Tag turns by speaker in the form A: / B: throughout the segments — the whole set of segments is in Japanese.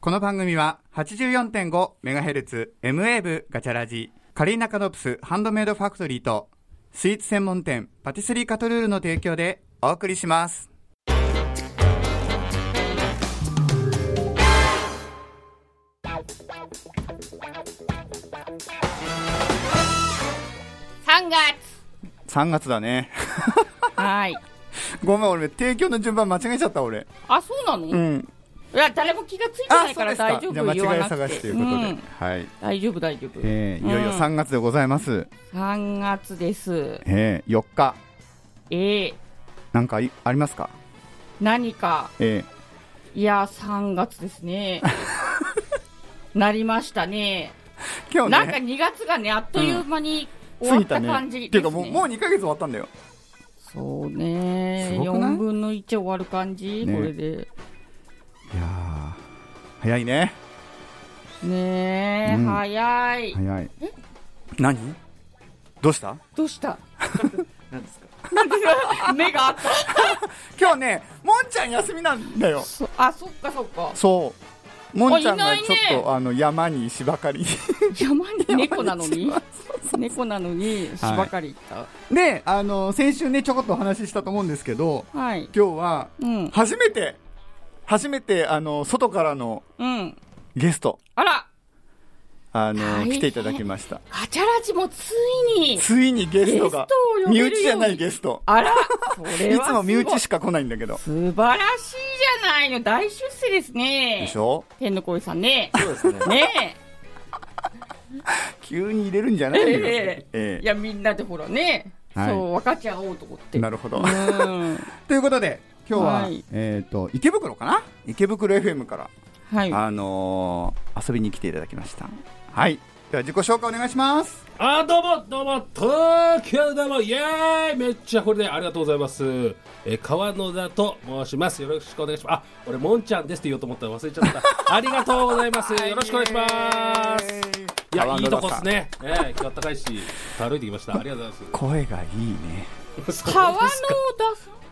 A: この番組は 84.5MHz M ウェーブガチャラジカリーナカノプスハンドメイドファクトリーとスイーツ専門店パティスリーカトルールの提供でお送りします。
B: 3月
A: 3月だね。
B: はい
A: ごめん、俺、提供の順番間違えちゃった、俺。
B: あそうなの、
A: う
B: い
A: ん。
B: や誰も気がついて
A: あ
B: な、
A: そ
B: いか
A: う
B: ら
A: です
B: 大
A: か。
B: 丈夫
A: じゃあ、間
B: 言わ
A: 違い
B: なく
A: 探
B: て
A: しということで。
B: うん
A: はい。
B: 大丈夫大丈夫、
A: えーいよいよ
B: うん
A: 3月でございます。
B: 3月です
A: えー、4日。
B: えー、
A: なんかいありますか
B: 何か
A: え
B: いや3月で すねなりましたね
A: ー、今
B: な
A: 日
B: んか
A: ね、
B: 2月がねあっという間に終
A: 過
B: わ
A: ぎ
B: ったた
A: ね。
B: 感じ
A: ってい
B: で
A: う
B: すね
A: か、もう、もう2ヶ月終わったんだよ。
B: そうね
A: すごくない
B: 4分の1終わる感じ、
A: ね
B: これで
A: いやー、早いね。
B: ねえ、
A: うん
B: 早い
A: 早い。何どうした
B: ど うした
A: 何ですか
B: 目があった
A: 今日ね、もんちゃん休みなんだよ。
B: そあそっかそっか
A: そう。もんちゃん
B: あ
A: が
B: い
A: ち
B: な
A: ょ
B: い
A: っ
B: ね
A: と、あの、山に石ばかり。
B: 山に猫なの に
A: 山
B: 猫なのに芝刈り行っ
A: で、あの、先週ね、ちょこっとお話ししたと思うんですけど、
B: たはい
A: 今日は、
B: うん
A: 初めて、初めて、あの、外からの
B: うん
A: ゲスト、
B: あら
A: あの、
B: 大変
A: 来ていただきました。
B: ガチャラジもついに
A: ついにゲストが
B: ゲストを、呼べ
A: 身
B: るように
A: 内じゃないゲスト。
B: あらそ
A: い
B: れは
A: つも身内し
B: か
A: か来ないんだけど。
B: 素晴らしいじゃないの大出世です
A: で
B: ね
A: しょ
B: 天の声さんね
C: そうですね。
B: ね
A: 急に入れるんじゃないよ。
B: え
A: え
B: いやみんなでほらね
A: はい
B: そう分かち合おうと思っ
A: え
B: て
A: なるほど
B: う。ん
A: ということで、今日は、
B: はい
A: えっ、と、池袋かな池袋 FM から、
B: はい
A: あのー遊びに来ていただきました。はい。では自己紹介お願いします。
C: あ、どうも、どうも、東京だも、イェーイめっちゃこれでありがとうございます。えー、川野田と申します。よろしくお願いします。あ、俺、もんちゃんですって言おうと思ったら忘れちゃ った。ありがとうございます。よろしくお願いします。いや、いいとこっすね。えー、気が高いし、歩いてきました。ありがとうござい
A: 川野田さん。声がいいね。
C: ます。
B: 川野田さん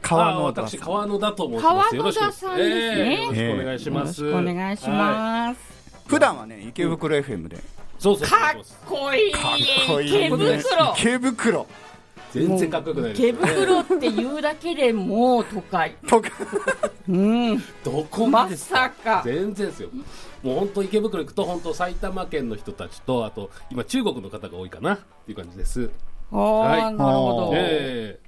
A: 川
C: あ
A: 野田
C: 私、
A: さん。
C: 川野田と申します。よろしく
B: 川野田さんですね
C: えーよろしくお願いし
B: よ
C: ま
B: ろし
C: す。
B: くお願いし
C: は
B: ます
A: 普段はね、池袋 FM で。
C: い。そうそうそう
B: かっ
C: そうです。
B: こいい池
A: ね
B: 袋
A: 池袋
C: 全然かっこよくないです
B: 池
C: よね。
B: 袋って言うだけでもう都会。
A: とか。
B: うん。
C: どこま
B: ま
C: でですか
B: さか。
C: 全然ですよもう本当池袋行くと本当埼玉県の人たちとあと今中国の方が多いかなっていう感じです
B: ああ、
C: はい
B: なるほど。
C: ええ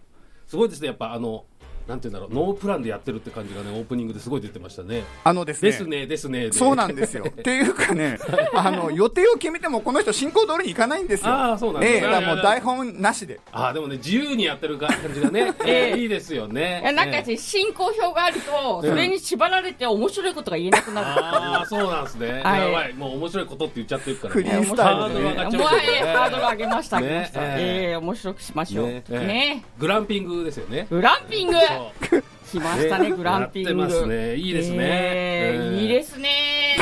C: すごいですねやっぱあのなんて言うんだろうノープランでやってるって感じがねオープニングですごい出てましたね
A: あのですね。
C: ですねですね
A: そうなんですよ。っていうかね、あの、予定を決めてもこの人進行通りに行かないんですよ。
C: あーそうなんです
A: え
C: ね
A: えだからもう台本なしで。
C: ああでもね自由にやってる感じがね、
B: ええ
C: ええいいですよね
B: いやなんか
C: ええ
B: ね進行表があると、それに縛られて面白いことが言えなくなる。
C: ああそうなんですね、
B: はい
C: やばいもう面白いことって言っちゃってるから
A: フリースタイルでね
B: もう、え
C: ハードル上がっちゃう
B: ーハードル上げました、
C: ね
B: 上げました。
C: え
B: え
C: え
B: え面白くしましょう。ね
C: ねグランピングですよね
B: グランピング
C: そう
B: 来ましたね、グランピング。
C: やってますねいいですね
B: ええ
C: うん
B: いいですね。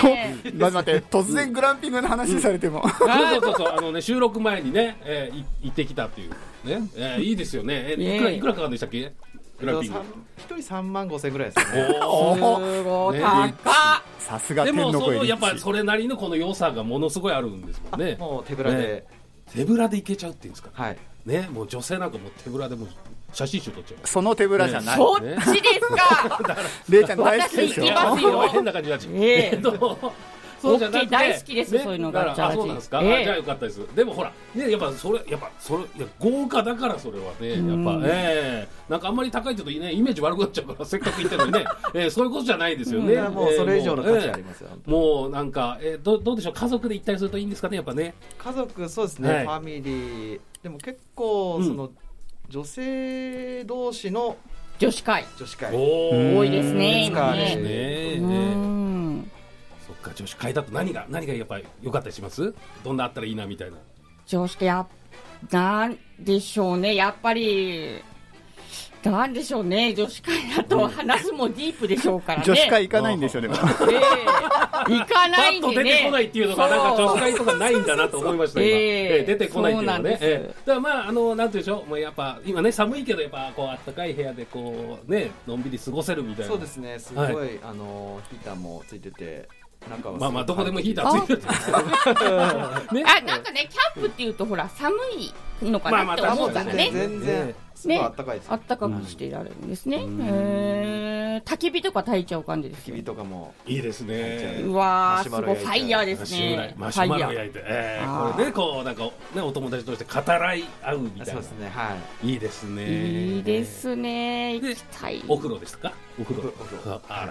A: ま待って、突然グランピングの話されても。
C: そうそうそうそう、あのね、収録前にね、えーい行ってきたっていう。ね、えーいいですよね。え
B: イエーイ
C: いくら、いくらかかるんでしたっけ。グランピング。
D: 一人三万五千ぐらい ですね。
C: お
A: おー
B: すごい、
C: ね
B: 高っ
A: さすが
C: で
A: 天
C: も、
A: の
C: そ
A: 声
C: の、やっぱ
A: 力
C: り、
A: 士
C: それなりのこの良さがものすごいあるんですもんね。
D: もう手ぶらで、
C: ね手ぶらで行けちゃうっていうんですか。
D: はい。
C: ね、もう女性なんかもう手ぶらでもう写真集撮っちゃいます。
A: その手ぶらじゃない。
B: そっちですか。
A: レイちゃん大好きでしょ
B: 私行 きますよ
C: あ変な感じになっちゃう。
B: ええ
C: っと。そうじゃなくて
B: OK 大好きですよそういうのが
C: だからあ
B: ジャージ
C: そうなんですか、
B: ええ
C: あじゃあよかったですでもほらねやっぱそれやっぱそれいや豪華だからそれはねや
B: ん
C: っぱええなんかあんまり高いちょっとねイメージ悪くなっちゃうから せっかく言ってるのにね、ええそういうことじゃないですよね、
D: いやもうそれ以上の価値ありますよ。
C: ええもうなんか、ええどどうでしょう家族で行ったりするといいんですかねやっぱね
D: 家族そうですね、
C: はい
D: ファミリーでも結構、
C: うん
D: その女性同士の
B: 女子会。
D: 女子会
C: お
A: ー
B: 多いですね、
D: ですか
B: 今
D: ら
C: ね
B: ね。
C: え
B: う
C: え
B: ん
C: そっか女子会だと何が何がやっぱり良かったりしますどんなあったらいいなみたいな
B: 常識や、なんでしょうね、やっぱり、なんでしょうね、女子会だと話すもディープでしょうからね。
A: 女子会行かないんですよ、でも。
B: ええ行か
C: パ
B: ない
C: ッ
B: ん
C: と
B: で
C: 出てこない
B: ね。
C: っていうのがなんか女子会とかないんだなと思いま
B: そうそ
C: した今、
B: うそう
C: え
B: ええ
C: え出てこないっていうのは
B: そうなん
C: ね、
B: です
C: ええだからまああのなんていうんでしょうもうやっぱ今ね寒いけどやっぱこう暖かい部屋でこうねのんびり過ごせるみたいな
D: そうですねすごい、あのヒーターもついてて中は
C: まあまあ、どこでも
D: い
C: ヒーターついてるってことね。
B: あなんかねキャンプっていうとほら寒いのかなって
C: まあまあ
B: 思うからね
D: 全。然全然
C: ね
D: すごいあったかいです
B: あったかくしていられるんですね。へー焚き火とか焚いちゃう感じです
D: 焚き
B: よ
D: 火。とかも
C: いいですね。
B: うわ
D: マ
B: ー、
D: シ
B: す
D: ュマ
B: ご
D: ロ
B: い。ファイヤーで
C: マ
B: す
C: シュマロ
B: ね。
C: マシュマロ
B: ファイヤ
C: 焼いて、え
B: あ
C: ー、
B: ー
C: これね、こう、なんか、ね、お友達として語らい合うみたい
D: そう
C: な
D: で。すねはい
C: いいですね。
B: ー。いいで。すね。
C: で
B: 行きたい。
C: お風呂ですか。お風呂
D: お風呂。
C: あ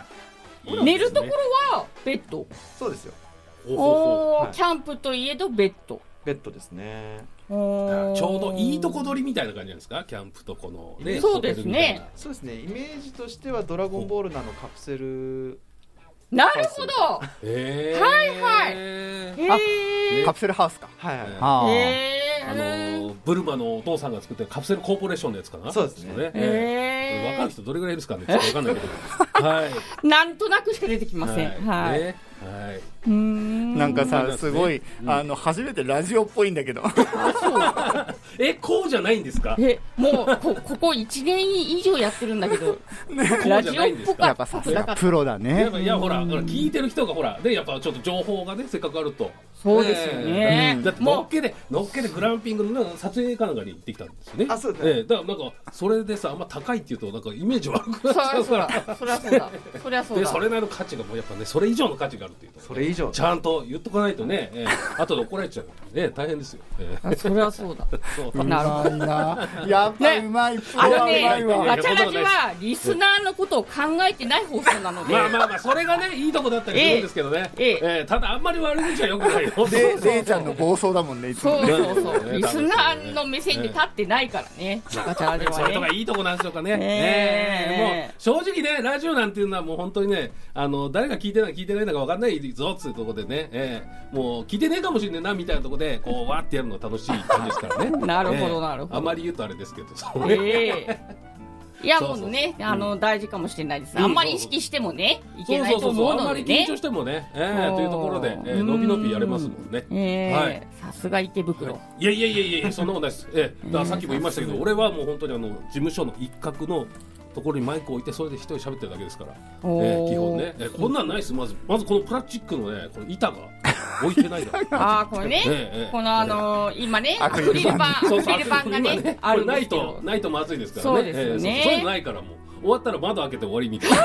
C: ら。
B: 寝るところはベッド。
D: そうですよ
C: ろ
B: お
D: は
B: ー、
D: い
B: キャンプといえどベッド。
D: ベッドですね
B: おー
C: ちょうどいいとこ取りみたいな感じなんですか、キャンプとこの、ね、
B: そうですね
D: そうですねイメージとしては「ドラゴンボール」のあのカプセル
B: なるほど。
C: ホテルみたいな。えー、
B: はいはい
C: い。
B: へー。
A: カプセルハウスか。
D: はいはい
C: は
A: あー
B: へ
C: あの
B: ー。
C: ーブルマのお父さんが作ってるカプセルコーポレーションのやつかな。
D: そうですね
B: へ
C: えーわかる人どれぐらいいるんですかね。ちょっとわかんない けど。はい。
B: ー。なんとなくしか出てきません。はい。
C: ねはい。
B: うーん
A: なんか
C: うん
A: さ、すごい、あの、初めてラジオっぽいんだけど。
C: え、こうじゃないんですか。
B: えもうこここ1年以上やってるんだけど、ラジオっぽか
A: やっ
B: っ
A: ぱ
B: た
A: さす
B: なか
A: が
B: った
A: プロだ
C: や
A: ね
C: っ。ぱいやほらほら聞いてる人がほらでやっぱちょっと情報がねせっかくあると
B: そうですよね
C: ええだってのっけでのっけでグランピングのなんか撮影かなんかに行ってきたんですよね
D: あそうですね
C: ええだからなんかそれでさあんま高いっていうとなんかイメージ悪くなっち
B: そ
C: ゃ
B: りゃ
C: う
B: そ
C: か
B: う
C: ら
B: だ、そりゃそうだ、そりゃそう
C: で
B: だ、
C: それなりの価値がもうやっぱねそれ以上の価値があるっていうと
D: それ以上
C: ちゃんと言っとかないとね、ええ、後で怒られちゃうね大変ですよ、ええ
B: あそりゃそうだ、
C: そう
A: う
B: なる
A: ま
B: ほ
A: いな。やっぱうまい、プロ
B: あの
A: はうま
B: ね
A: い、
C: いや
A: わ。
B: ガチャラジはリスナーのことを考えてない放送なので、
C: まあまあまあそれがねいいとこだったりするんですけどね、
B: ええええ
C: ええただあんまり悪口はよくないよ
A: で、レイちゃんの暴走だもんね、いつも
B: そ
A: ね
B: う。そうそう、
C: ね
B: リスナーの目線に立ってないからね、ガチャラジ
C: それと
B: は
C: か
B: ね。
C: いいとこなんでしょうか
B: ね
C: ね。
B: え
C: ええもう正直ね、ラジオなんていうのはもう本当にね、あの、誰が聞いてない聞いてないのか分かんないぞっていうところでね、ええもう聞いてねえかもしれないなみたいなところで、こう、わーってやるの楽しい感じですからね。
B: なるほど
C: ええ
B: なるほど
C: あまり言うとあれですけど、そうね。
B: ええいや
C: そうそ
B: も
C: う
B: うね、あの大事かもしれないです
C: う
B: ね。
C: ん
B: あんまり意識してもね、いけ
C: そう
B: な
C: そ
B: いうと
C: そうそう、
B: 思う
C: あんま
B: の
C: り
B: で
C: 緊
B: ね
C: 張。してもね、ええ
B: そう
C: というところで、ええのびのびやれますもんね。
B: ええ
C: はい。
B: さすがイケ袋。
C: いやいやいやいやいや、そんなことないです。え え、だからさっきも言いましたけど、俺はもう本当にあの、事務所の一角のところにマイクを置いて、それで一人喋ってるだけですから。
B: お
C: え
B: ー
C: ー基本ね、えーこんなんないですまずまずこのプラスチックのねこの板が置いてな いから
B: ああ、これね、
C: ええええ
B: このあのー今ね、
A: ア
B: ア
A: ク
B: ク
A: リル
B: リル板、アク
C: そうそう
B: リル板が
C: 今
B: ね、あ
C: これ
B: るん
C: な
B: で
C: い
B: すけど
C: と、ないとまずいですか
B: そ
C: らね
B: うですよね
C: えーそうそういうのないからもう終わったら窓開けて終わりみた いな、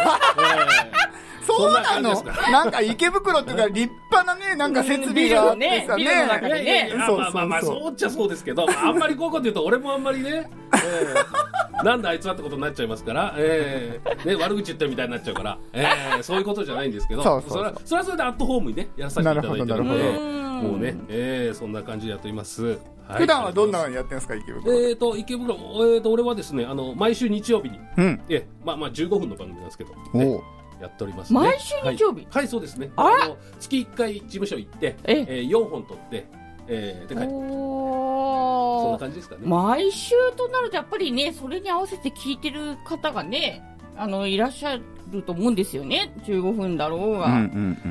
A: そうなの
C: そんな感じです
A: なんか池袋っていうか、立派なね、なんか設備があってさ
B: ビルのねビルの中
C: えー
A: ね
B: に。
C: いやいやいや
A: そうそうそう
C: まあまあまあそうっちゃそうですけどあんまりこういうこと言うと俺もあんまりね、えーなんであいつはってことになっちゃいますから、えーね、悪口言ってるみたいになっちゃうから、えーそういうことじゃないんですけど
A: そうそうそう
C: れはそれはそれでアットホームにねやらさせていただいてる
A: な
C: の
A: る
C: で
A: ほど
B: なるほど
C: もうね、えーそんな感じでやっています、い
A: 普段はどんなのやってんですか、池袋。
C: えー、と池袋、えー、と俺はですねあの毎週日曜日に、
A: うん。
C: えまあ、まあ15分の番組なんですけど、
A: おう
C: ねやっております、ね、
B: 毎週日曜日
C: はい、はいそうですね
B: あら
C: の月1回事務所行って、
B: え
C: えー、4本撮って、えー、で帰ってそん
B: お
C: な
B: ー
C: 感じですかね、
B: 毎週となると、やっぱりね、それに合わせて聞いてる方がね、あの、いらっしゃると思うんですよね、15分だろうが。
A: うんう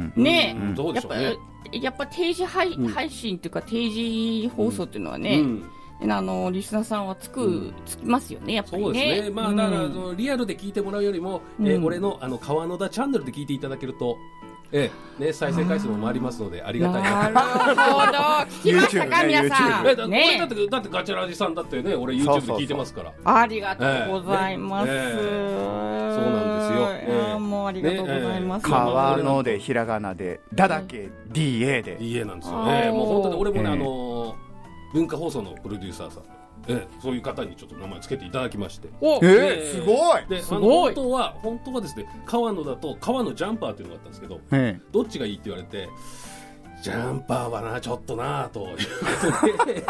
A: ん
C: うん
B: ね
C: うんどうで
B: や
C: し
B: っ
C: ょう
B: ぱ
C: ね、
B: やっぱ定時配,、
C: うん
B: 配信っていうか、定時放送っていうのはね、
C: うん、
B: あのリスナーさんはつく、
C: うん
B: つきますよね、やっぱりね。
C: そうですね、まあだから、
B: う
C: あ
B: ん
C: のリアルで聞いてもらうよりも、えー
B: うん
C: 俺のあの川野田チャンネルで聞いていただけると、えーね、再生回数も回りますのでありがたいなと
B: なるほど、聞きましたか、
A: YouTube ね
B: 皆さ
C: えだ
B: ん。
C: 俺だっ
B: ね、
C: てだってガチャラジさんだってね俺
A: そうそ
C: YouTube
A: う
C: で
A: そう
C: 聞いてますから
B: ありがとうございます。
C: ええねえそうなんですよええ
B: あーもうありがとうございます。
C: ねええ
A: 川ので、ひらがなで、だだけ、DA で。
C: いいえなんですよ
B: あ
C: ね、
B: ー
C: もう本当に俺もね、
A: ええ
C: あのー文化放送のプロデューサーさん、ええそういう方にちょっと名前つけていただきまして
B: お
A: え
B: え
A: ー、すごい
C: ですあの
B: ごい
C: 本当は本当はですね川野だと川野ジャンパーっていうのがあったんですけど
A: え
C: どっちがいいって言われてジャンパーはなちょっとなあと いうことで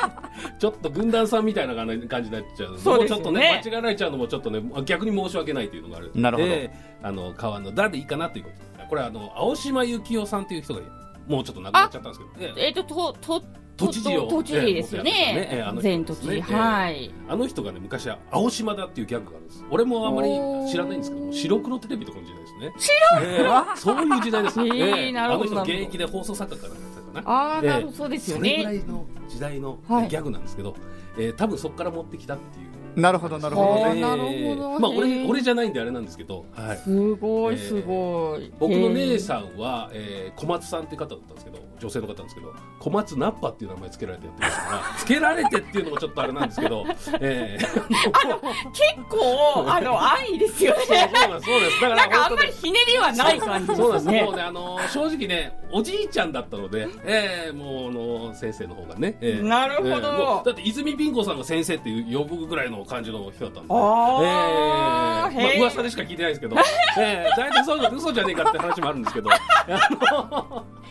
C: ちょっと軍団さんみたいな感じになっちゃう
B: そうですよね
C: もちょっとね間違えられちゃうのもちょっとね逆に申し訳ないというのがある
A: なるほど
C: であの川の「だ」でいいかなということこれはあの青島幸男さんという人がもうちょっと亡くなっちゃったんですけど、ね、
B: っ、と、と、と、
C: 都知事を
B: と都知事ですよ
C: ええ
B: ね
C: あの。人
B: 全
C: で
B: 都
C: す
B: 知
C: ね
B: 事、はい。
C: あの人がね昔は青島だっていうギャグがあるんです俺もあんまり知らないんですけど白黒テレビとかの時代ですね白黒、ええそういう時代です
B: え えなるほど
C: あの人現役で放送作家からだったかな
B: ああ、
C: ええ
B: なるほど、そうですよ
C: それぐら
B: ね。
C: いの時代の
B: はい
C: ギャグなんですけど、えー多分そこから持ってきたっていう
A: なるほどなるほど
B: あ
A: ね
B: ーなるほど
C: まあ、
B: へ
C: 俺
B: ー
C: 俺じゃないんであれなんですけど、はい、
B: すごいすごい、
C: 僕の姉
B: ん
C: さんは、えー小松さんって方だったんですけど女性の方なんですけど小松ナッパっていう名前つけられてやってますから つけられてっていうのもちょっとあれなんですけど、えー、
B: 結構あの安易ですよ
C: そう
B: ね
C: そうなんですそうですだ
B: な
C: から
B: んかあん
C: 本
B: ま
C: 当
B: り
C: に
B: ひねりはない感じで
C: そうなん
B: す
C: です、
B: ね
C: もうね、あのー正直ね、おじいちゃんだったので、えー、もう、あのー先生の方がね、えー
B: なるほど
C: えーもうだって、泉ピン子さんが先生って呼ぶぐらいの感じの人だったんで、
B: あー
C: えーま
B: へ
C: あ、
B: ー
C: 噂でしか聞いてないですけど、えー、大体そうじゃ嘘じゃねえかって話もあるんです けど、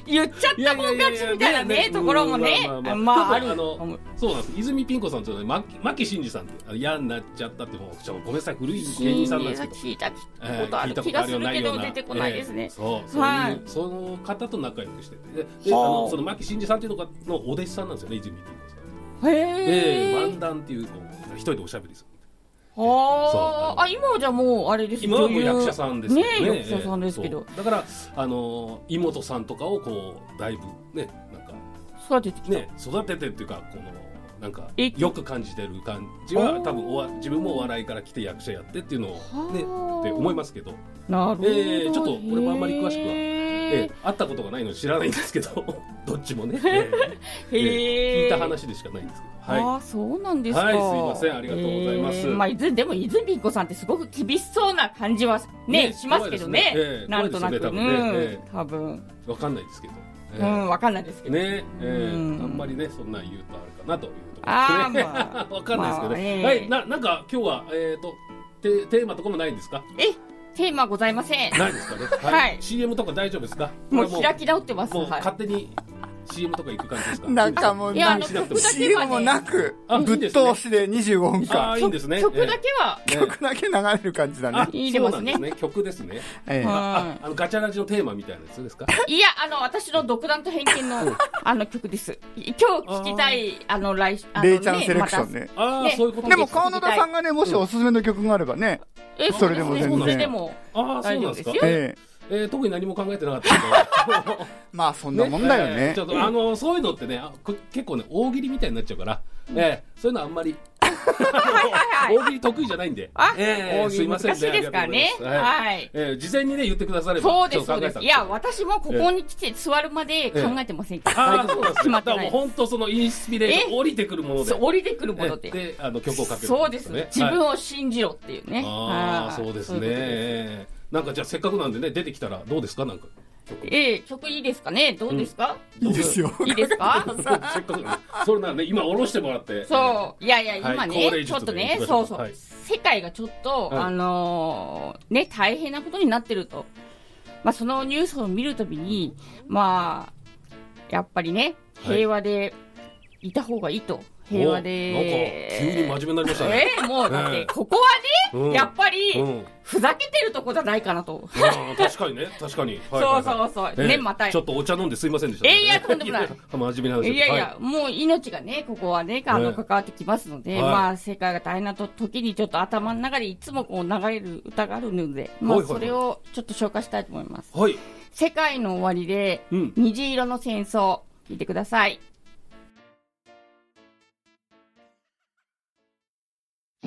B: 言っちゃったもん勝ちみたいなねところもね
C: う
B: ま
C: んま
B: あま
C: あ、ま
B: あ
C: あ、
B: あ
C: あ
B: る
C: のそうなんです泉ピン子さんというのは牧牧真二さんってあの嫌になっちゃったってもうちょっとごめんなさい古い芸人さんなんですけど
B: 聞いたこ
C: えー
B: とあ
C: 聞い
B: る
C: た
B: 気
C: こと
B: が
C: あ
B: す
C: るよう
B: る
C: な
B: け
C: いよう
B: ど
C: な
B: 出てこないです
C: えー
B: ね。
C: そうそういう、
B: はい
C: その方と仲良くしててでであ
B: はあ
C: のその牧真二さんっていうのがのお弟子さんなんですよね泉ピン子さん
B: へ
C: ええ
B: え。
C: 漫談っていうこう一人でおしゃべりする
B: は
C: そう
B: あ。あ今はじゃあもうあれです
C: 今はもう
B: 女優
C: 役者さんですけどね
B: ねえ役者さんですけど
C: ええそうだからあの妹さんとかをこうだいぶねなんか
B: 育ててきた。
C: ね育ててっていうかこのなんか
B: え
C: よく感じてる感じは
B: おー
C: 多分おわ自分もお笑いから来て役者やってっていうのをね
B: はあ
C: って思いますけど、
B: なるほど。
C: ええちょっと俺もあんまり詳しくはえ
B: へ
C: え会ったことがないので知らないんですけど どっち もね、え
B: え。
C: え
B: へえ
C: 聞いた。話でしかないんですけどはい
B: ああそうなんですか。
C: はいすいませんありがとうございます
B: へえまあいずでも泉ピン子さんってすごく厳しそうな感じはねしますけど
C: 怖いで
B: ね
C: すえ。え
B: なんとなく
C: 怖
B: う
C: いですよね多分ね
B: ん多
C: え
B: 分
C: えわかんないですけど、え
B: う
C: え
B: んわかんないですけど。
C: ねえー
B: うん
C: あんまりねそんなん言うとあれかなというとこ
B: あー
C: ろ ですね。
B: まあ
C: わかんないですけど、
B: まあえ
C: ね
B: え
C: はいななんか今日はえっ、とテテーマとかもないんですか？
B: えテーマございません。
C: ないですかね。
B: はい
C: CM とか大丈夫ですか？
B: も
C: こ
B: う
C: れは
B: 開き直ってます。
C: もう
B: はい。
C: 勝手に CM とか行く感じですか？
A: なんかもう
B: いやあ
A: な
B: の
C: しなくて
B: 曲
C: も
B: だけ
A: CM も
B: は
A: な
B: ね。
A: く
C: あ
A: ぶっ通しで25分間
C: ああいいんですね。
B: 曲だけは
C: ええ
A: 曲だけ流れる感じだ
C: あ
A: ね、
B: 入れ
C: そ
B: ま
C: うな
B: す
C: んで
B: ね
C: すね。曲ですね。
A: ええ
B: は
C: あ、あのガチャラジのテーマみたいなやつですか？
B: い。いや、あの、私の独断と偏見の、あの曲です。今日聞きたい、あの、来、あの、
A: レイちゃんセレクション
B: ま
A: ね
C: ああ、
B: ね
C: そういうこと
A: で
C: で
A: も
C: すか。
A: 川野田さんがねもしおすすめの曲があればね、
B: た。え、
A: それでも全然
B: それでも。
C: ああそうなんですか
B: 大丈夫。ですよ
A: ええ
C: えー特に何も考えてなかったですけど。
A: まあそんなもんだよ
C: え
A: ね
C: ーちょっとあのそういうのってねあこ結構ね大喜利みたいになっちゃうから、えーそういうのあんまり大喜利得意じゃないんで
B: あ、
C: えー
B: 大喜
C: すい
B: 利
C: ま
B: 難
C: せん
B: しいですからね
C: あ。りがとうございますはい
B: はい。
C: えー事前にね言ってくだされば
B: そうです、
C: ちょ
B: そ
C: っ
B: う
C: と考え
B: で
C: た
B: す。い
C: んですけ
B: や、
C: ど
B: 私もここに来て座るまで考えてませんから。
C: あ
B: 大
C: ーそ
B: 丈
C: う
B: 夫
C: なんです
B: 決ま
C: ね
B: っ
C: だ
B: て
C: か
B: な
C: らもう
B: いで
C: 本当そのインスピレーション降りてくるもの
B: す。
C: で
B: そう降りてくるもの
C: え
B: で
C: ー。であの曲をかける
B: そうです
C: ね
B: ね。自分
C: はい
B: を信じろっていうね。
C: あ
B: は
C: あ
B: い
C: そうです
B: いこと
C: ね
B: です
C: えーなんかじゃあせっかくなんでね出てきたらどうですかなんか
B: ええ、曲いいですかねどうですか、
A: いいですよ
B: いいです か
C: せっかくなんでそれならね今下ろしてもらって
B: そう。いやいや、
C: はい
B: 今
C: 高
B: ね、
C: 齢
B: ちょっ
C: 術
B: と
C: でいき
B: ね
C: ま、しょ
B: そううそう。
C: はい
B: 世界がちょっと、
C: はい
B: あのーね、大変なことになってると。まあ、そのニュースを見るたびに、まあ、やっぱりね、
C: はい
B: 平和でいた方がいいと。平和で。
C: おなんか急に真面目になりましたね
B: ええもうだっ
C: ええ
B: て、ここは
C: うん
B: ね、やっぱり
C: うん、
B: ふざけてるとこじゃないかなと。
C: あー確かにね、 確かに。はい
B: そ
C: は
B: う
C: いはい
B: そうそう。
C: え
B: ね、
C: え
B: また。
C: ちょっとお茶飲んですいませんでしたね。
B: えいやとんでもない
C: や 真面目な話です
B: いやいや、
C: は
B: もう命がね、ここはね、あ
C: ええ
B: の、関わってきますので、
C: はい
B: まあ、世界が大変なと時に、ちょっと頭の中でいつもこう流れる歌があるので、ま
C: は
B: あ、
C: いはいはい
B: それをちょっと紹介したいと思います。
C: はい。
B: 世界の終わりで、
C: うん
B: 虹色の戦争、聞いてください。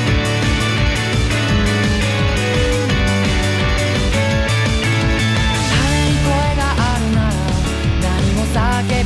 E: 「声があるなら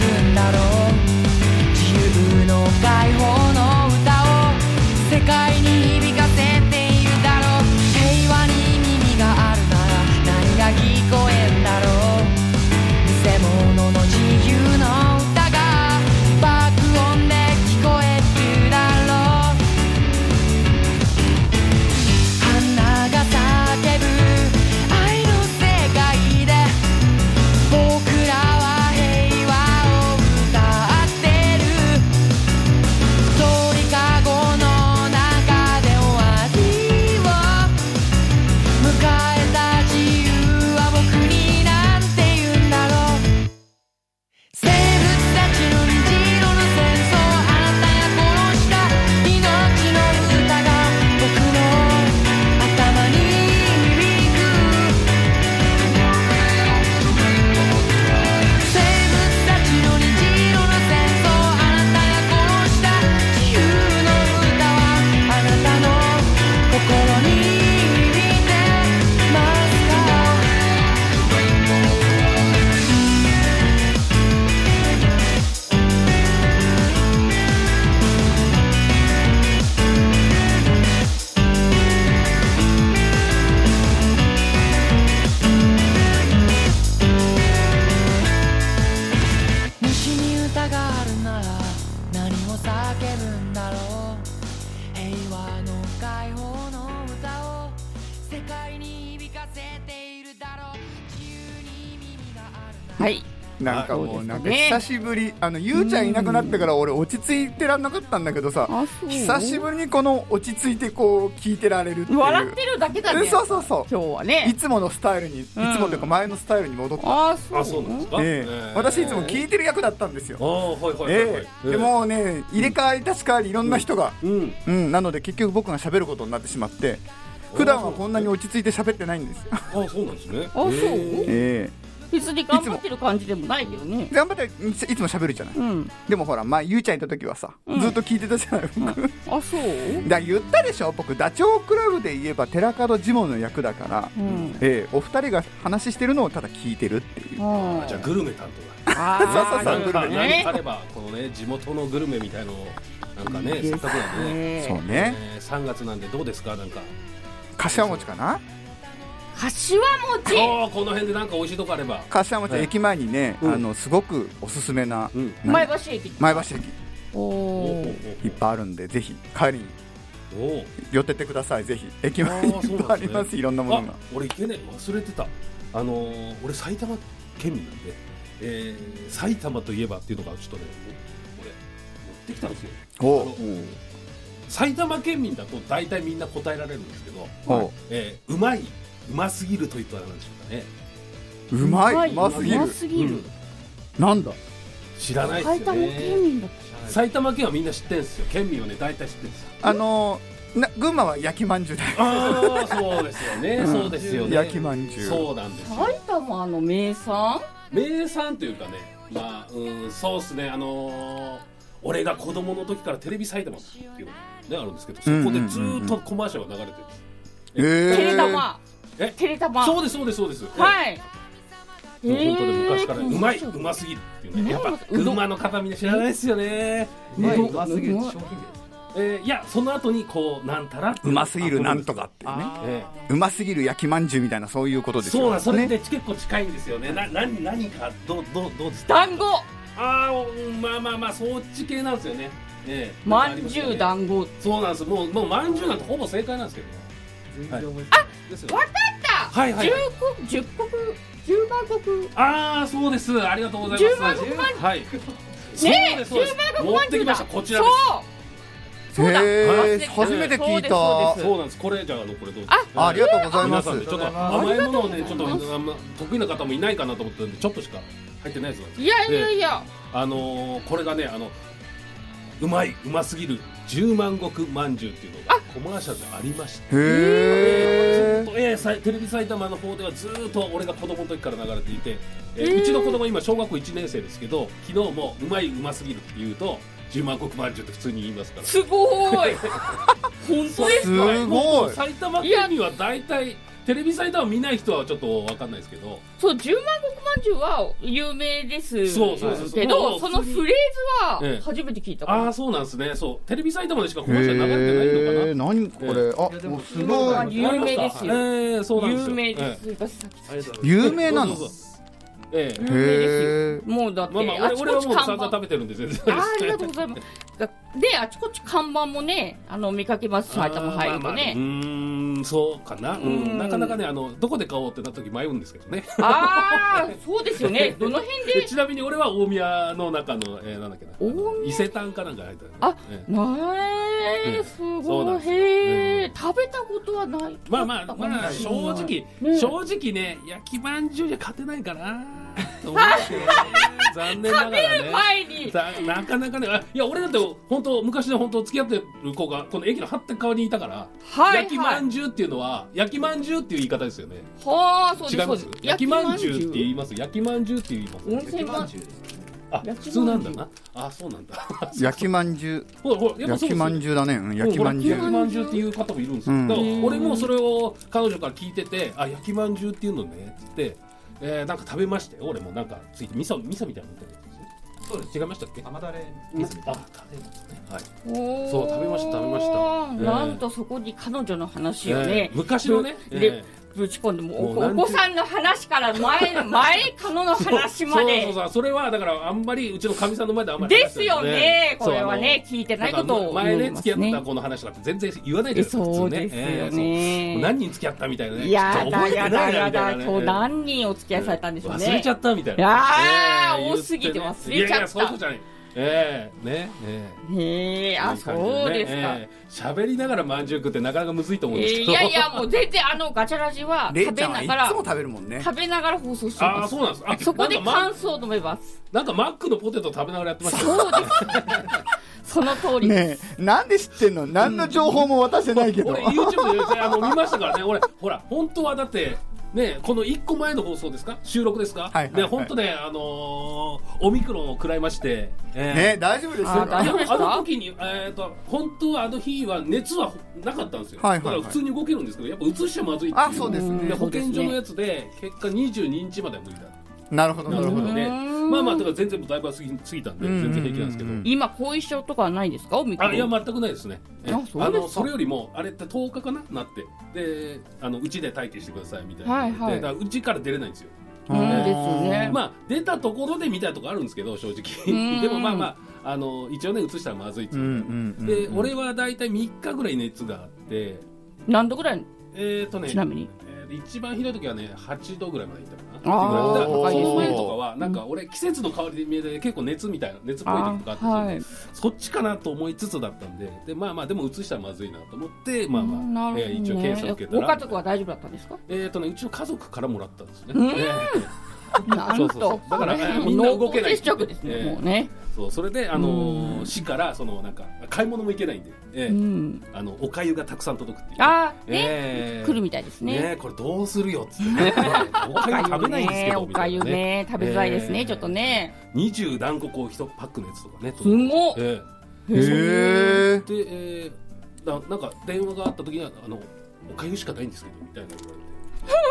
B: はい
A: なんかもうなんか
B: ね
A: 久しぶり、あのゆうちゃんいなくなってから俺落ち着いてらんなかったんだけどさ
B: あそう
A: 久しぶりにこの落ち着いてこう聞いてられるっていう
B: 笑ってるだけだ
A: う
B: ね
A: んそうそうそ
B: 今日は
A: うい
B: ね
A: つものスタイルにいつもというか前のスタイルに戻って、
B: あそう
C: あそうなんですか、
A: ええ私いつも聞いてる役だったんですよ
C: あ、あはいはいはい、はい
A: ええで、もうね入れ替わり立ち替わりいろんな人が、
C: うん
A: うん、なので結局僕が喋ることになってしまって普段はこんなに落ち着いて喋ってないんですよ、
C: あそうなんですねあ
B: そう
A: え
B: 別に頑張ってる感じでもないけどね
A: え頑張っていついつも喋るじゃない
B: うん
A: でもほら前ゆうちゃんいた時はさ、ずっと聞いてたじゃない僕だか
B: あそう
A: ら言ったでしょ僕ダチョウ倶楽部で言えば寺門ジモンの役だから、
B: うん
A: ええお二人が話してるのをただ聞いてるっていう
B: あ
C: じゃあグルメ担当だ
B: あ
A: そうそうそう
C: なんか
B: ね
C: 何かあればこのね地元のグルメみたいのをなんかね
B: いいですね
C: せっかくなんでね、
A: そう
C: え
A: ね
C: ー、3月なんでどうですかなんか
A: 柏餅かな
B: 柏餅
C: ああこの辺でなんか美味しいとこあれば
A: 柏餅
C: はい
A: 駅前にね、
C: うん
A: あのすごくおすすめな、
C: うん
A: 何
B: 前橋駅
A: 前橋駅
B: お
C: お
B: お
C: ー
A: いっぱいあるんでぜひ帰りに
C: おー
A: 寄ってってくださいぜひ駅前にい
C: あーそ
A: っ
C: うなんですね
A: ぱいありますいろんなものが
C: あ俺行けねえ忘れてたあのー、俺埼玉県民なんで、えー、埼玉といえばっていうのがちょっとね俺持ってきたんですよ
A: お
C: あ
A: う
C: の埼玉県民だと大体みんな答えられるんですけど、
A: おう
C: えー、うまいうますぎると言ったらなんでしょうかね
A: うまいうますす
B: ぎ
A: ぎ
B: る
A: る
B: うますぎる
C: ん
A: なんだ
C: 知らないで
B: 埼
C: すよ
B: 玉県
C: ね
B: 民だ
C: 埼玉県はみんな知ってんすよ県民はね大体知ってんすよ
A: あのーな群馬は焼きまんじゅうだよ
C: ああそうですよね、
A: ん
C: そうですよね
A: 焼きまんじゅう
C: そうなんですよ
B: 埼玉の名産
C: 名産というかねまあうんそうっすねあのー俺が子供の時からテレビ埼玉っていうのねあるんですけどそこでずーっとコマーシャルが流れてるんです、
A: え
B: テレタ
A: ー
B: マ
C: え
B: テレタマ
C: そうですそうですそうです
B: はい
C: ええ本当で昔から、
B: えー
C: うまいうますぎるっていう
B: うま
C: ね
B: い
C: やっぱ群馬の方みんな知らないですよね
D: まい
B: ど
D: うますぎるって商品
C: えーいやその後にこうなんたら
A: うますぎるなんとかっていうね
C: え
A: うますぎる焼きまんじゅうみたいなそういうこと
C: え
A: ですよ
C: そうなんそれ
A: ね
C: で結構近いんですよねな何何かどうどうどうですか
B: 団子
C: ああうんまあまあまあそっち系なんですよねええ
B: まんじゅう団子
C: そうなんですもうもうまんじゅうなんてほぼ正解なんですけどね
D: 全然思いつか
C: ですよ
B: わかった
C: はいはい
B: 10国10国10万国
C: ああそうですありがとうござい
B: 10
C: ま
B: 万
C: す
B: 国
D: ま
B: まん
C: はい
B: ねえ
C: そうですそうです
B: 10万国
C: 持
B: まん
C: っ
B: じ
C: て
B: ゅう
C: きま
B: だ
C: したこち
B: そ
C: ら
B: う
C: です
B: そうだ
A: へー
B: そう
A: 初
B: です
A: めて聞いた
B: そうですそうです
C: そうなんです。これじゃああのこれどうぞ
A: ありがとうございま
C: 皆
A: す
C: さんでちょっと甘いものをねちょっとあんま得意な方もいないかなと思ったんでちょっとしか入ってないやつなんです。
B: いやいやいや
C: あのーこれがねあのうまいうますぎる十万石まんじゅうっていうのがコマーシャルでありまして。
A: へ
C: ずっとえーさテレビ埼玉の方ではずっと俺が子供の時から流れていて、えー
B: えー
C: うちの子供今小学校1年生ですけど昨日もうまいうますぎるって言うと十万石まんじゅうって普通に言いますから
B: すごーい本当です
A: すごい
C: もう埼玉県民は大体テレビ埼玉見ない人はちょっとわかんないですけど
B: そう十万石まんじゅうは有名です
C: そうそうそうそう
B: け
C: も
B: ど
C: う
B: そのフレーズ
C: ええ
B: は初めて聞いたか
C: あ
B: ら
C: あそうなんですねそうテレビ埼玉でしかコマーシャル流れてないのか
A: え何こ
C: な
A: れあ
D: いやでも
A: おすご
B: あ
A: い
B: 有名ですよ
C: ええそうなんです
B: 有名
C: よえ
B: で
C: え
B: す私さっき
D: ないありがとうございます
A: 有名なの
C: そうそうそうええ
B: 有名
A: へ
B: で
A: え
B: すよもうだって
C: まあまあ
B: あ
C: 俺
B: ち
C: 俺は
B: こち
C: もう
B: 看
C: 散々
B: 板
C: 食べてるんで全然
B: あーありがとうございますだであちこち看板もねあの見かけます埼玉入ると
C: あーまあまあう
B: ね
C: ーんそうかな、うん
B: うん
C: なかなかねあのどこで買おうってなった時迷うんですけどね
B: ああーそうですよねどの辺
C: え
B: で
C: ちなみに俺は大宮の中の、えー、なんだっけな
B: 大宮
C: あの伊勢丹かなんか入ったのね
B: あ
C: ええ
B: な
C: え
B: え
C: え
B: す
C: そうなん
B: ごい
C: ですよ
B: へ
C: う
B: え食べたことはない
C: まあまあまあ正直、
B: ね
C: 正直ね焼きまんじゅうじゃ勝てないかなと思って 残念な
B: 食
C: が
B: べ
C: ら
B: る
C: ね
B: 前に
C: だなかなかねあいや俺だって本当昔の本当付き合ってる子がこの駅の張って側にいたから、
B: はいはい
C: 焼きまんじゅうっていうのは焼きまんじゅうっていう言い方ですよね
B: はあそう
C: 違
B: です
C: い
B: そ
C: ま
B: う
C: す
B: です
C: 焼きまんじゅうって言い
B: ま
C: ます焼きまんじゅうって言います
B: 温泉まんじゅう
C: あ
B: 焼
C: 普
B: き
C: 通
B: ま
C: なんん
B: じゅ
C: だ
B: う
C: なあそうなんだ
A: 焼きまんじゅう
C: ほらほらやっぱ
A: 焼
C: そう
A: き
C: です
A: まんじゅうだねうん焼きまんじゅ
C: ほ
A: う
C: ら焼きまんじゅうっていう方もいるんですよ、
A: うん
C: だから俺もそれを彼女から聞いててあ焼きまんじゅうっていうのねって言って、えーなんか食べましたよ俺もなんかついて味噌味噌みたいなのみたいなそうです違いましたっけあ
D: 甘だれ
C: 食べますねはい
B: そ
C: そう食べました食べましたええ
B: なんとそこに彼女の話をね
C: えー昔のね
B: で
C: え
B: ぶち込んでも
C: もう
B: お
C: なんて
B: お子さんの話から前 前カノの話ま
C: そう
B: で
C: そうそうそれはだからあんまりうちのかみさんの前ではあんまり話
B: で
C: し
B: す
C: てない
B: よね
C: そう
B: これはね聞いて
C: あの
B: ないことを
C: 前
B: 思
C: ね
B: います
C: 付き合っ
B: ね
C: た子の話なんて全然言わないですよ
B: そう
C: 普通
B: ですよ
C: ええ
B: ね
C: そう何人付き合ったみたいなね
B: いや
C: ちょっと
B: だ
C: 覚えて
B: や
C: な
B: だ
C: いな
B: や
C: みた
B: だ
C: いなね
B: 今日何人お付き合いされたんでしょうね
C: 忘れちゃったみたい
B: い
C: な。
B: やー
C: ええ
B: 多すぎて
C: 言っ
B: 忘れちゃった
C: いやいやそういうことじゃない。ええねえ
B: へえ
C: え
B: あ
C: いい感じね
B: そうですか
C: ええ喋、りながらまんじゅう食ってなかなかむずいと思うんですけ
B: い
C: ど。
B: やいやもう全然あのガチャラジは
A: レイ
B: 食
A: ち
B: べ
A: ゃんは
B: ないがら
A: つも食べるもんね
B: 食べながら放送して
C: あ
B: ま
C: あ
B: す
C: そうなんです。あ
B: そこで
C: なんかマ
B: 感想を述べます
C: なんかマックのポテト食べながらやってましたよ。
B: そうですその通りです
A: ねえなんで知ってんの何の情報も渡せないけど、
C: 俺 YouTube であの見ましたからね。俺ほら本当はだって。ね、この1個前の放送ですか収録ですか、
A: はいはいはい
C: ね、本当ね、あのーオミクロンを食らいまして、ええ
A: ね大丈夫です
B: あ
A: よ
B: 大丈夫ですか
C: いやあの時に、えー、と本当はあの日は熱はなかったんですよ、
A: はいはいはい
C: だから普通に動けるんですけどやっぱ移しちゃまずいっていう
A: あそうです
B: うん
A: ね
C: で保健所のやつで結果22日までは無理だ
A: なるほどなるほど
C: ね
B: うん
C: まあまあだから全然だいぶ過ぎ過ぎたんで
A: うん
C: 全然平気なんですけど
A: うんうん
B: 今後遺症とかはないですかオミクロン
C: あいや全くないですねえ
B: あそうですか
C: のそれよりもあれって10日かななってであのうちで待機してくださいみたいな、
B: はいはい
C: でだからうちから出れないんですよ
B: うんですよね
C: まあ出たところでみたいなとこあるんですけ ど正
B: う
C: 直
B: ん
C: でもまあまああの一応ね移したらまずいって
A: う
C: い
A: んう
C: う、
A: んうん
C: で俺は大体3日ぐらい熱があって
B: 何度ぐらい
C: えっ、とね
B: ちなみに
C: えー一番ひどい時はね8度ぐらいまでいったかな
B: あー
C: だからそ
B: 高いですね
C: の前とかはなんか俺季節の変わり目で結構熱みたいな熱っぽい時とかあったし、
B: はい
C: そっちかなと思いつつだったんででまあまあでも移したらまずいなと思ってまあまあ、
B: なるほど
C: えー
B: ね
C: 一応検査受けた
B: ご
C: ら
B: 家族は大丈夫だったんですか
C: えっ、とねうちの家族からもらったんですね、
B: うん
C: えー
B: な
C: そ
B: ん
C: うそうそ
B: と
C: うだからえーみんな動
B: 濃
C: け
B: 厚
C: ない
B: 接触ですね
C: ええ
B: もうね
C: そうそれであのー市からそのなんか買い物も行けないんで、え
B: う
C: ー
B: ん
C: あのお粥がたくさん届くっていう
B: あーね
C: えー
B: 来るみたいですね
C: ねこれどうするよっつってね、おかゆ食べないんですけど
B: お
C: みた
B: か
C: い
B: ゆ
C: なね
B: ね食べづらいです
C: え
B: ね
C: ー
B: ちょっとね
C: 20何個こう1パックのやつとかね
B: すごっ
C: ええ
A: へえ
C: で、えー、ななんか電話があった時にはあの「おかゆしかないんですけど」みたいなの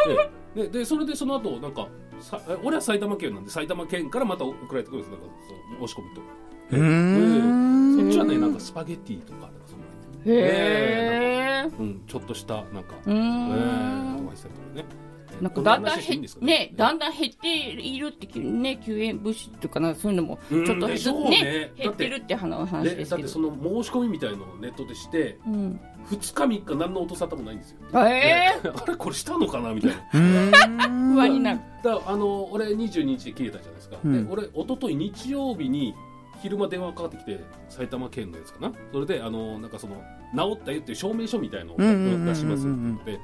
C: 言われ てでででそれでその後なんかさえ俺は埼玉県なんで埼玉県からまた送られてくるんですなんかそう押し込みと
A: うーん
C: そっちはねなんかスパゲティとかなんかその、
B: へえ
C: うん、ちょっとしたなんか
B: うー
C: えー、
B: ん
C: とかしたりとかね
B: なんかだんだん
C: こ話していい
B: 減
C: ですか
B: ねだんだん減っているってね救援物資とかなんかそういうのもち
C: うん
B: ょっと
C: で
B: ず
C: し
B: つ
C: ょうね
B: ね減ってるって話
C: で
B: で
C: だ
B: す
C: っ
B: け
C: て
B: ど
C: その申し込みみたいのをネットでして
B: うん
C: 2日3日何の音沙汰もないんですよ、
B: え
C: で あれこれしたのかなみたいな
A: うー
B: ー
A: ん
B: 不安になる
C: だからあの俺22日で切れたじゃないですか、
A: うん
C: で俺一昨日日曜日に昼間電話かかってきて埼玉県のやつかなそれであのなんかその治ったよっていう証明書みたいのを
A: うんうんうんうんうん
C: 出しますで、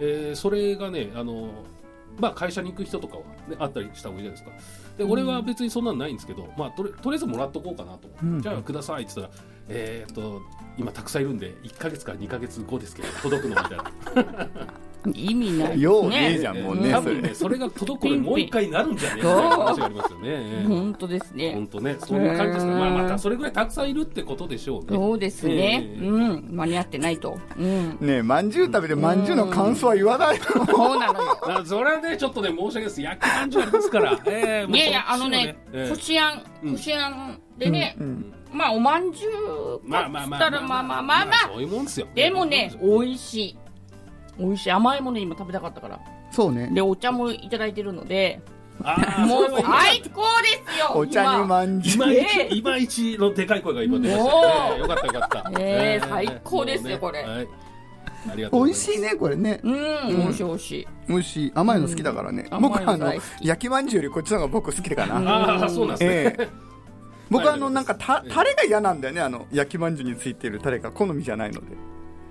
C: えーそれがねあのまあ会社に行く人とかは、ね、あったりした方がいいじゃないですかで俺は別にそんなのないんですけど、まあ、とりとりあえずもらっとこうかなと思って、
A: うん
C: じゃあくださいって言ったらえーっと今たくさんいるんで1か月から2か月後ですけど届くのみたいな
B: 意味な い
A: ようねえじゃん
C: ええ
A: もうね
C: 多
A: そ
C: 分
A: れ
C: ねそれが届くのにもう一回なるんじゃねえかっていう話がありますよねええ
B: 本当ですね
C: 本当ねそういう感じですね
B: へえ
C: まあまたそれぐらいたくさんいるってことでしょうね
B: そうですね
C: ええ
B: うん間に合ってないとうん
A: ねえまんじゅう食べてまんじゅうの感想は言わないの
B: そうなのよ
C: だからそれはねちょっとね申し訳ないです焼きまんじゅうありま すからええもう
B: いやいやあの
C: そっち
B: ね
C: ええ
B: こしあん
C: うん
B: こしあんでね
A: うん
B: まあおまんじゅう
C: ま
B: か
C: あまあ
B: っつ
C: ま
B: っ
C: あ
B: たらまあまあまあまあ
C: そういうもんですよ
B: でもね美味しい美味しい甘いもの今食べたかったから
A: そうね
B: でお茶もいただいてるので
C: ああ
B: も
C: も
B: う
C: う
B: 最高ですよ
A: お茶にまんじゅう
C: 今一
B: ええ
C: 今一のでかい声が今出まし
B: お
C: たね
B: ー
C: ええよかったよかった
B: ええ最高ですよ
C: もうね
B: これ
C: はいありがとう
A: 美味
C: ござます
A: しいねこれね
B: 今うん美味しい美味しい
A: 美味しい甘いの好きだからね
B: うん
A: 僕はあ
B: 甘いの
A: の
B: 大好き
A: 焼きまんじゅうよりこっちの方が僕好きかな
C: ああそうなんですね
A: ええ僕はあの
C: はい
A: なんかた
C: ええ
A: タレが嫌なんだよねあの焼きまんじゅうについてるタレが好みじゃないので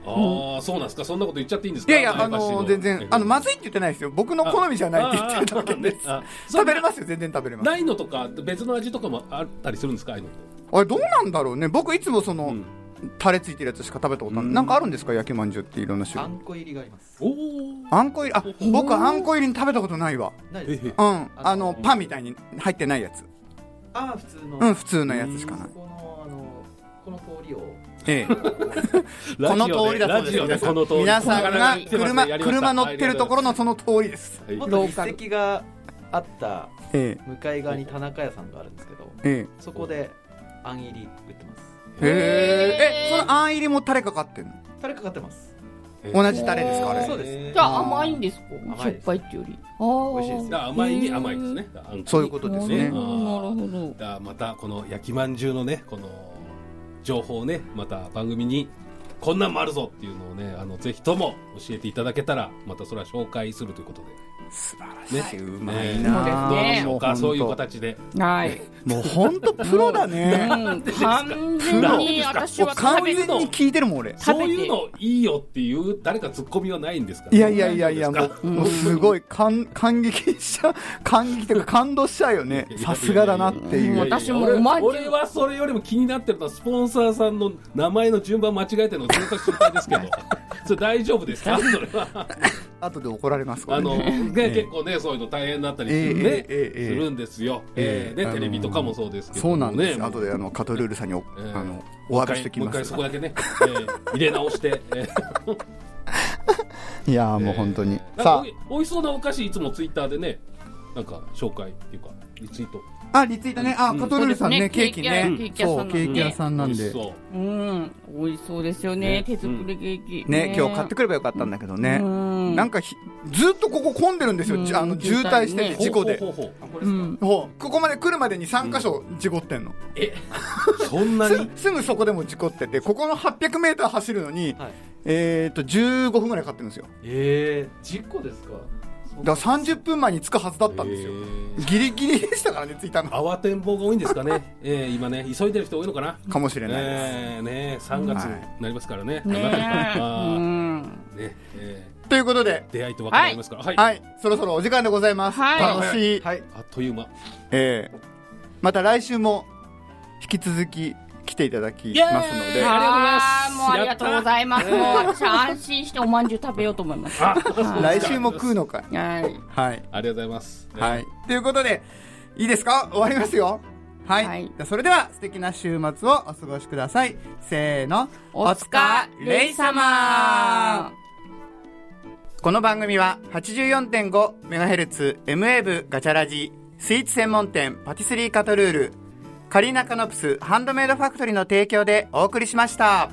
C: ああそうなんですかそんなこと言っちゃっていいんです
A: い
C: か
A: やいやあ
C: 前橋
A: の全
C: ええ
A: 然あのまずいって言ってないですよ僕の好みじゃないって言ってるだけです
C: ああああ あ
A: 食べれますよ全然食べれます
C: ないのとか別の味とかもあったりするんですかああいうのって
A: あれどうなんだろうね僕いつもその、
C: ん
A: タレついてるやつしか食べたことない、なんかあるんですか焼きまんじゅうっていろんな種
D: あ
A: 類
D: んこ入りがあります
C: おお
A: あんこ入りあ僕あんこ入りに食べたことないわ
D: ないです
A: う
D: か
A: んあのパンみたいに入ってないやつ
D: ああ普通の
A: うん普通のやつしかない
D: このあのこの通りを
A: ええこの通りだそうです皆さん皆さんが車車乗ってるところのその通りです
C: ろ
D: もっ
B: ロ
D: と
B: ーカ
D: 実
B: ル
D: 績があった
A: え
D: 向かい側に田中屋さんがあるんですけど
A: ええ
D: そこであん入り売ってます
A: えへえ
B: へえ
A: えそのあん入りもタレかかってんの
D: タレかかってます
A: 同じタレですかあれ
D: そうですね
B: じゃあ甘いんですか
D: 甘
B: しょっ
D: いです
B: ぱいってよりあー
D: 美味しいです
C: だから甘いに甘いですね。だからあんこ
A: そういうことです
B: な
A: ね
B: るほどなるほど
C: だからまたこの焼きまんじゅうのねこの情報をねまた番組にこんなんもあるぞっていうのをねあのぜひとも教えていただけたらまたそれは紹介するということで
A: 素晴らしい、
C: ね
A: うまいな
B: あ
A: あ
C: どう
B: ね
C: でし
B: え
C: ょうかそういう形で
B: はい、
A: もう本当プロだ ね
B: うん、完全に私
A: もう
B: は
A: 完
B: 食べ
A: 全
B: て
A: に聞いてるもん俺
B: 食
C: そ
B: べて
C: ういうのいいよっていう誰かツッコミはないんですか
A: いやいやいやいやも
C: どうですか
A: うもうすごい感感激しちゃう感激というか感動しちゃうよね
C: いやいやいやいや
A: さすがだなって
B: う
A: い
B: ん
A: う
B: 私もうまい
C: 俺俺はそれよりも気になってるのはスポンサーさんの名前の順番間違えてるのがずっと心配です けどそれ大丈夫ですかそれは
A: 後で怒られますこ
C: あ
A: れ
C: の、
A: ね
C: ね、結構ね、そういうの大変だったりす
A: え
C: るね、
A: えええええ
C: するんですよ。
A: え
C: え
A: え
C: えね
A: あの
C: テレビとかもそうですけど
A: そ
C: も
A: う
C: ね。
A: なんです
C: もう
A: 後であのカトルールさんにお
C: ええ
A: あのお詫びしてき
C: もう一
A: ま
C: 回
A: す
C: そこだけね、ええ入れ直して。 え
A: いやー
C: え
A: もう本当に
C: なんか
A: さ
C: おい美味しそうなお菓子いつもツイッターでね、なんか紹介っていうかリツイート。
A: あリツイートねあカトルールさん
B: そう
A: ね
B: ですね
A: ケーキ
B: ケ
A: ね
B: ーキ屋
A: そうケーキ屋さんなん
C: 美味
A: で
C: しそう。
B: うん、美味しそうですよね
C: ね
B: 手作りケーキ
A: ね今日買ってくればよかったんだけどね
B: うん
A: なんかひずっとここ混んでるんです
B: う
A: よ
B: ん
A: じあの渋滞してて
B: ね
A: 事故で
C: ほうほうほう
D: あ
C: ほう
D: こ
B: う
D: れですか、
B: ん
A: ほうここまで来るまでに3箇所事故ってんの
C: え、そんなに
A: すすぐそこでも事故っててここの 800m 走るのに、
D: はい
A: えー、と15分ぐらいかかってるんですよ
D: ええ事故ですか
A: だから30分前に着くはずだったんですよ、
C: ええ
A: ギリギリでしたからね着いたの
C: 慌てんぼうが多いんですかね。 ええ今ね急いでる人多いのかな。
A: かもしれないです、
C: ええね3月
A: はい
C: になりますからね。
B: ねえ、う
C: あ
B: ん、
C: あねええ
A: ということで
C: 出会いと別れありますから、はい
A: はいそろそろお時間でございます、
B: はい
A: 楽しい、
D: はい
C: あっという間
A: えーまた来週も引き続き来ていただきますの
C: イエ
A: で
C: ーイ
B: あーもうあ
C: あ
B: り
C: り
B: が
C: が
B: と
C: と
B: う
C: う
B: ご
C: ご
B: ざいます。もう私安心してお饅頭食べようと思います。は
C: あ
A: 来週も食うのかい
B: い。は
A: はい
C: ありがとうございます、
A: はい。ということで、いいですか終わりますよ。はい。
B: はい
A: じゃあそれでは、素敵な週末をお過ごしください。せーの。
B: おつかれいさま
A: この番組は 84.5MHzMA 部ガチャラジスイーツ専門店パティスリーカトルールカリーナカノプスハンドメイドファクトリーの提供でお送りしました。